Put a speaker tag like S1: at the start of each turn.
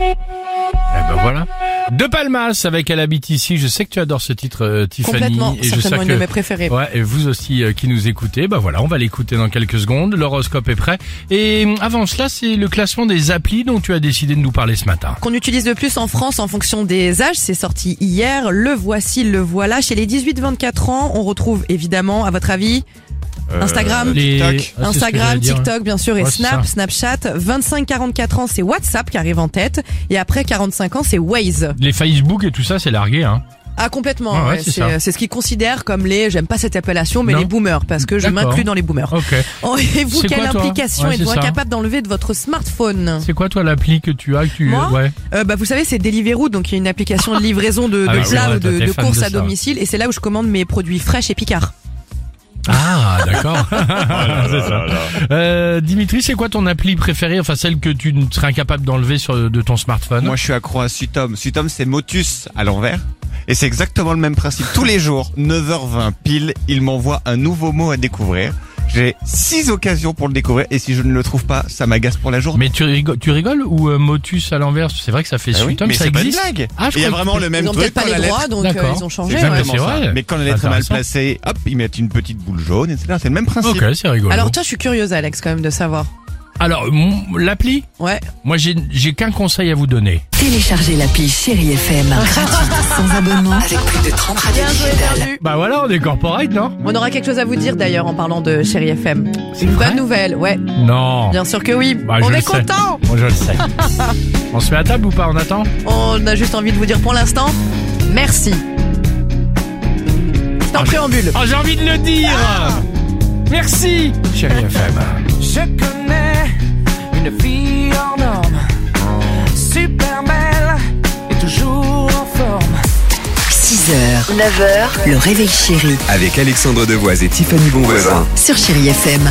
S1: Eh ben voilà. De Palmas avec Elle habite ici. Je sais que tu adores ce titre, euh, Tiffany.
S2: Complètement,
S1: et je sais
S2: certainement une
S1: que...
S2: de mes préférées.
S1: Ouais, et vous aussi euh, qui nous écoutez, bah voilà, on va l'écouter dans quelques secondes. L'horoscope est prêt. Et euh, avant cela, c'est le classement des applis dont tu as décidé de nous parler ce matin.
S2: Qu'on utilise le plus en France en fonction des âges, c'est sorti hier, le voici, le voilà. Chez les 18-24 ans, on retrouve évidemment, à votre avis, Instagram
S1: Les- Euh, Ah, c'est ce que
S2: Instagram,
S1: j'allais dire,
S2: TikTok, bien sûr, et
S1: Ouais, c'est
S2: Snap,
S1: ça.
S2: Snapchat. 25-44 ans, c'est WhatsApp qui arrive en tête. Et après 45 ans, c'est Waze.
S1: Les Facebook et tout ça, c'est largué, hein.
S2: Ah, complètement.
S1: Ah ouais, c'est ça.
S2: c'est c'est ce qu'ils considèrent comme les, j'aime pas cette appellation, mais
S1: Non.
S2: les boomers, parce que je
S1: D'accord.
S2: m'inclus dans les boomers.
S1: Ok.
S2: Auriez-vous
S1: C'est
S2: quelle
S1: quoi, toi
S2: application
S1: Ouais, c'est
S2: êtes-vous
S1: ça.
S2: incapable d'enlever de votre smartphone
S1: C'est quoi toi l'appli que tu as que tu
S2: Moi
S1: ouais.
S2: Euh, bah, vous savez, c'est Deliveroo, donc il y a une application de livraison de, de
S1: Ah bah oui,
S2: plats
S1: ouais,
S2: ou
S1: toi,
S2: de,
S1: t'es
S2: de
S1: fan
S2: courses
S1: de
S2: à
S1: ça.
S2: domicile, et c'est là où je commande mes produits fraîches et picards.
S1: Ah, d'accord.
S2: Oh
S1: C'est ça. Euh, Dimitri, c'est quoi ton appli préférée, enfin celle que tu ne serais incapable d'enlever sur de ton smartphone
S3: Moi, je suis accro à Sutom. Sutom, c'est Motus à l'envers. Et c'est exactement le même principe. Tous les jours, 9h20 pile, il m'envoie un nouveau mot à découvrir. J'ai six occasions pour le découvrir et si je ne le trouve pas, ça m'agace pour la journée.
S1: Mais tu rigoles, tu rigoles ou euh, Motus à l'envers C'est vrai que ça fait
S3: Ah oui,
S1: symptôme,
S3: mais
S1: ça
S3: c'est pas une
S1: existe.
S3: blague.
S1: Ah, je
S3: il y a
S1: crois que-
S3: vraiment le même
S2: Ils ont
S3: truc
S2: peut-être pas
S3: quand la
S2: les droits,
S3: lettre.
S2: donc euh,
S1: D'accord.
S2: ils ont
S3: C'est
S2: changé. ouais.
S3: exactement
S1: C'est
S3: ça.
S1: vrai.
S3: Mais quand la lettre est mal
S1: Intéressant.
S3: placée, hop, ils mettent une petite boule jaune, etc. C'est le même principe.
S1: Ok, c'est rigolo.
S2: Alors, tiens, je suis curieuse, Alex, quand même, de savoir.
S1: Alors, mon- l'appli,
S2: Ouais.
S1: moi j'ai j'ai qu'un conseil à vous donner.
S4: Téléchargez l'appli Chéri FM. Gratuite, sans abonnement, avec plus de 30 radios
S2: Bien joué,
S4: digitales.
S2: perdu.
S1: Bah voilà, on est corporate, non
S2: On aura quelque chose à vous dire d'ailleurs en parlant de Chéri FM.
S1: C'est
S2: Une
S1: vrai
S2: bonne nouvelle, ouais.
S1: Non.
S2: Bien sûr que oui.
S1: Bah, je
S2: on
S1: le
S2: est
S1: sais.
S2: content.
S1: Bon, je le sais. on se met à table ou pas On attend
S2: On a juste envie de vous dire pour l'instant, merci. C'est en
S1: Ah,
S2: préambule.
S1: Oh, j'ai envie de le dire Merci Ah. Chérie FM.
S5: Je connais une fille en homme, super belle et toujours en forme.
S4: 6h, 9h, le réveil chéri
S6: Avec Alexandre Devoise et Tiffany Bonvoisin.
S4: sur Chéri FM.